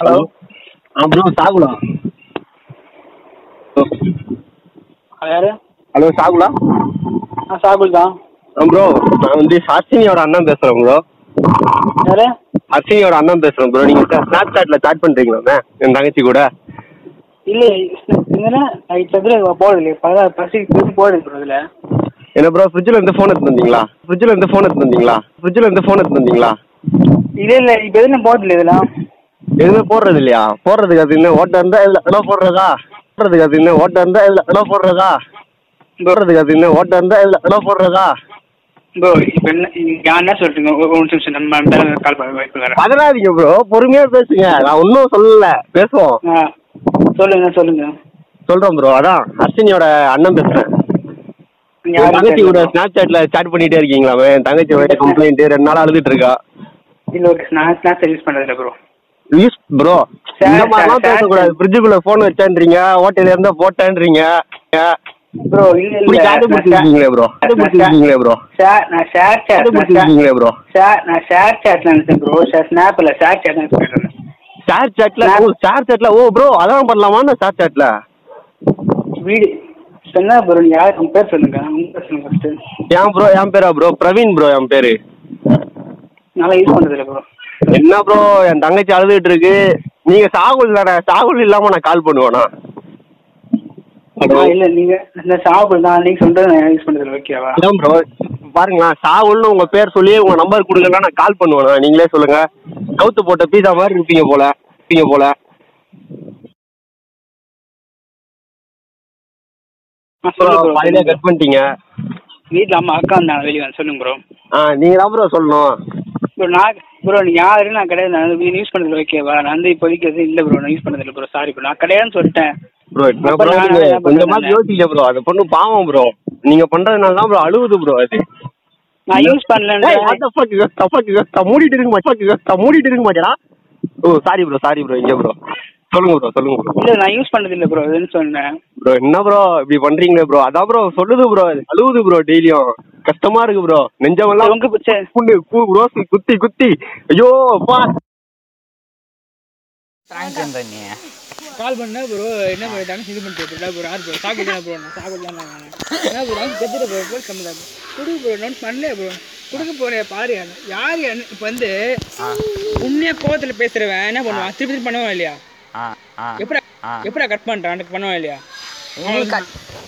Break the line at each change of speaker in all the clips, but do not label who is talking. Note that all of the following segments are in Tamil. ஹலோ
ப்ரோ சாகுலா
யாரு
ஹலோ சாகுலா
ஆ சாகுல் தான்
ப்ரோ நான் வந்து ஹர்ஷினியோட அண்ணன் பேசுகிறேன் ப்ரோ
யாரு
ஹர்ஷினியோட அண்ணன் பேசுகிறேன் ப்ரோ நீங்கள் ஸ்னாப்சாட்டில் சாட் பண்ணுறீங்களா என் தங்கச்சி கூட
இல்லை என்னன்னா இப்போ இதில் போகிறது இல்லையே பரவாயில்ல பசி பசி போகிறது இப்போ இதில்
என்ன ப்ரோ ஃப்ரிட்ஜில் இருந்து ஃபோன் எடுத்து வந்தீங்களா ஃப்ரிட்ஜில் இருந்து ஃபோன் எடுத்து வந்தீங்களா ஃப்ரிட்ஜில் இருந்து ஃபோன் எடுத்து வந்தீங்களா
இல்லை இல்லை இப்போ எதுவும் போகிறது இல்லை இதெல்லாம்
எதுவுமே போடுறது இல்லையா போடுறதுக்கு அது என்ன ஓட்டை இருந்தால் இதில் இடம் போடுறதா போடுறதுக்கு அது என்ன ஓட்டை இருந்தால் இதில் இடம் போடுறதா போடுறதுக்கு அது என்ன ஓட்டை இருந்தால் இதில் இடம் போடுறதா
ப்ரோ இப்போ என்ன நான் என்ன சொல்லிட்டுங்க ஒரு ஒரு நிமிஷம் நம்ம மேடம் கால் பண்ண வாய்ப்பு வேறு
அதனாதீங்க ப்ரோ பொறுமையாக பேசுங்க நான் ஒன்றும் சொல்லலை பேசுவோம்
ஆ சொல்லுங்க சொல்லுங்க
சொல்றேன் ப்ரோ அதான் அஸ்வினியோட அண்ணன் பேசுறேன்
நீங்க
என்
யாருன்னு
தங்கச்சி கூட
தெரியல.
ஸ்னாப் சாட்ல சாட் பண்ணிட்டே இருக்கீங்களா அவன்? என் தங்கச்சி ஒரே கம்ப்ளைண்ட் ரெண்டு நாள் அழுதுட்டு இருக்கா
இல்லை ஓகே நான் நான் சர்வீஸ் பண்ணுறதில்ல ப்ரோ
யூஸ் ப்ரோ
Sir,
இந்த மாதிரிலாம்
sir, sir,
பேசக்கூடாது
sir.
ஃப்ரிட்ஜுக்குள்ள ஃபோன் வச்சேன்றீங்க ஹோட்டல்ல இருந்தா போட்டேன்றீங்க
ப்ரோ இல்லை
இப்படி
இல்லை
காது
நான்
பிடிச்சிருக்கீங்களே ப்ரோ காது
share-
பிடிச்சிருக்கீங்களே ப்ரோ
share- நான் ஷேர்
காது
சேட்
பிடிச்சிருக்கீங்களே ப்ரோ
சார் நான் ஷேர் சேட்ல நினைச்சேன் ப்ரோ ஸ்னாப் இல்ல ஷேர் சேட் நினைச்சேன்
ஷேர் சாட்ல
Sir.
ஓ ஷேர் சாட்ல ஓ ப்ரோ அதான் பண்ணலாமா ஷேர் சாட்ல
வீடு சொன்னா ப்ரோ நீங்க யார் உங்க பேர் சொல்லுங்க உங்க பேர் சொல்லுங்க ஃபர்ஸ்ட்
என் ப்ரோ என் பேரா ப்ரோ பிரவீன் ப்ரோ என் பேரு
நல்லா யூஸ் பண்றது இல்ல ப்ரோ
என்ன ப்ரோ என் தங்கச்சி அழுதுட்டு இருக்கு நீங்க சாகுல் தானே சாகுல் இல்லாம நான் கால் பண்ணுவேனா
இல்ல நீங்க இந்த சாப்பிடு தான் நீங்க சொல்றது நான் யூஸ் பண்றது இல்ல ஓகேவா
அதான் ப்ரோ பாருங்களேன் சாகுல்னு உங்க பேர் சொல்லி உங்க நம்பர் கொடுக்கலன்னா நான் கால் பண்ணுவேனா நீங்களே சொல்லுங்க கவுத்து போட்ட பீஸா மாதிரி இருப்பீங்க போல இருப்பீங்க போல
ஆ, சொல்லுங்க bro.
பாதிலே கட் பண்ணிட்டீங்க
வீட்ல அம்மா அக்கா இருந்தாங்க வெளியே வந்து சொல்லுங்க ப்ரோ
ஆ நீங்க தான் ப்ரோ சொல்லணும்
ப்ரோ நான் ப்ரோ நீங்க யாரு நான் கிடையாது நான் வந்து யூஸ் பண்றது ஓகேவா நான் வந்து இப்போதைக்கு எதுவும் இல்ல ப்ரோ நான் யூஸ் பண்றது இல்ல ப்ரோ சாரி ப்ரோ நான் கிடையாதுன்னு சொல்லிட்டேன்
ப்ரோ
அப்ப நான் என்ன
கொஞ்சமா
பண்றது?
யோசிக்க ப்ரோ அது பொண்ணு பாவம் ப்ரோ நீங்க பண்றதுனால தான் ப்ரோ அழுகுது ப்ரோ அது
நான் யூஸ் பண்ணலன்னு
ஏய், what the fuck is this? The fuck is this? நான் மூடிட்டு இருக்க மாட்டேன் fuck is this? நான் மூடிட்டு இருக்க மாட்டேடா ஓ சாரி ப்ரோ சாரி ப்ரோ இங்க ப்ரோ சொல்லுங்க ப்ரோ சொல்லுங்க ப்ரோ
இல்ல நான் யூஸ் பண்றது இல்ல ப்ரோ இதுன்னு சொன்னேன்
ப்ரோ என்ன ப்ரோ இப்படி பண்றீங்களே ப்ரோ அதான் ப்ரோ சொல்லுது ப்ரோ அழுவுது ப்ரோ டெய்லியும் கஷ்டமா இருக்கு ப்ரோ நெஞ்சமெல்லாம்
உங்க பிரச்சனை
புண்ணு கூ ரோசி குத்தி குத்தி ஐயோ அப்பா
கால் பண்ணா ப்ரோ என்ன பண்ணிட்டாங்க இது பண்ணிட்டு ப்ரோ ப்ரோ யார் ப்ரோ சாப்பிடலாம் ப்ரோ நான் சாப்பிடலாம் நான் என்ன ப்ரோ நான் செத்துட்டு ப்ரோ ப்ரோ கம்மி ப்ரோ கொடுக்க ப்ரோ நோட் பண்ணல ப்ரோ கொடுக்க போறே பாரு யாரு யாரு இப்போ வந்து உண்மையா கோவத்துல பேசுறவன் என்ன பண்ணுவான் திருப்பி திருப்பி பண்ணுவான் இல்லையா எப்படா எப்படா கட் பண்றான் பண்ணுவான் இல்லையா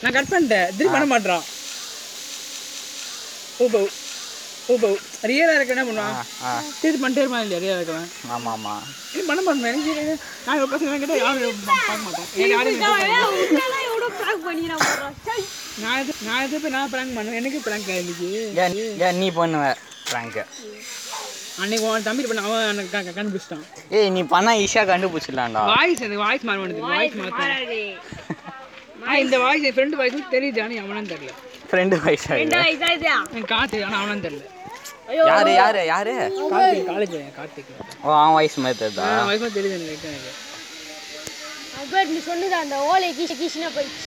நான் கட் பண்ணிட்டேன் திருப்பி பண்ண மாட்டான் ஓ போ ஓ போ ரியலா இருக்க என்ன பண்ணுவான் திருப்பி பண்ணிட்டே இருப்பான் இல்லையா ரியலா இருக்கவன்
ஆமா ஆமா
இது பண்ண மாட்டேன் எனக்கு தெரியாது. நான் இவ்வளோ பசங்க கிட்ட யாரும் பார்க்க மாட்டேன் எனக்கு யாரும்
இதுதான் ஏன் உன்னெல்லாம் எவ்வளோ prank பண்ணிக்கிறான் பாருடா. சை.
நான் எது நான் எது போய் நான் ப்ராங்க் பண்ணுவேன் எனக்கு ப்ராங்க் ஆயிருக்கு
ஏன் ஏன் நீ பண்ணுவ ப்ராங்க்
அன்னைக்கு உன் தம்பி பண்ண அவன் எனக்கு கண்டு- கண்டுபிடிச்சிட்டான்
ஏய் நீ பண்ணா ஈஸியா கண்டுபிடிச்சிடலாம்டா
வாய்ஸ் எனக்கு வாய்ஸ் மாற மாட்டேது வாய்ஸ் மாற்ற
மாறாதே.
இந்த வாய்ஸ் என் ஃப்ரெண்டு வாய்ஸ் தெரியுது ஆனால் அவனும் தெரியல
ஃப்ரெண்டு வயசா
ஏண்டா இதா இதா?
எனக்கு கார்த்திக் ஆனால் அவனும் தெரியல
யாரு யாரு யாரு
கார்த்திக் காலேஜ் கார்த்திக்
ஓ அவன் வயசு மாதிரி தெரியுதா
அவன் வாய்ஸ் மாதிரி தெரியுது எனக்கு correct ஆ எனக்கு
அவன் பேர் நீ சொன்னது அந்த ஓலை கீச்சு கீச்சுனா போயிடுச்சு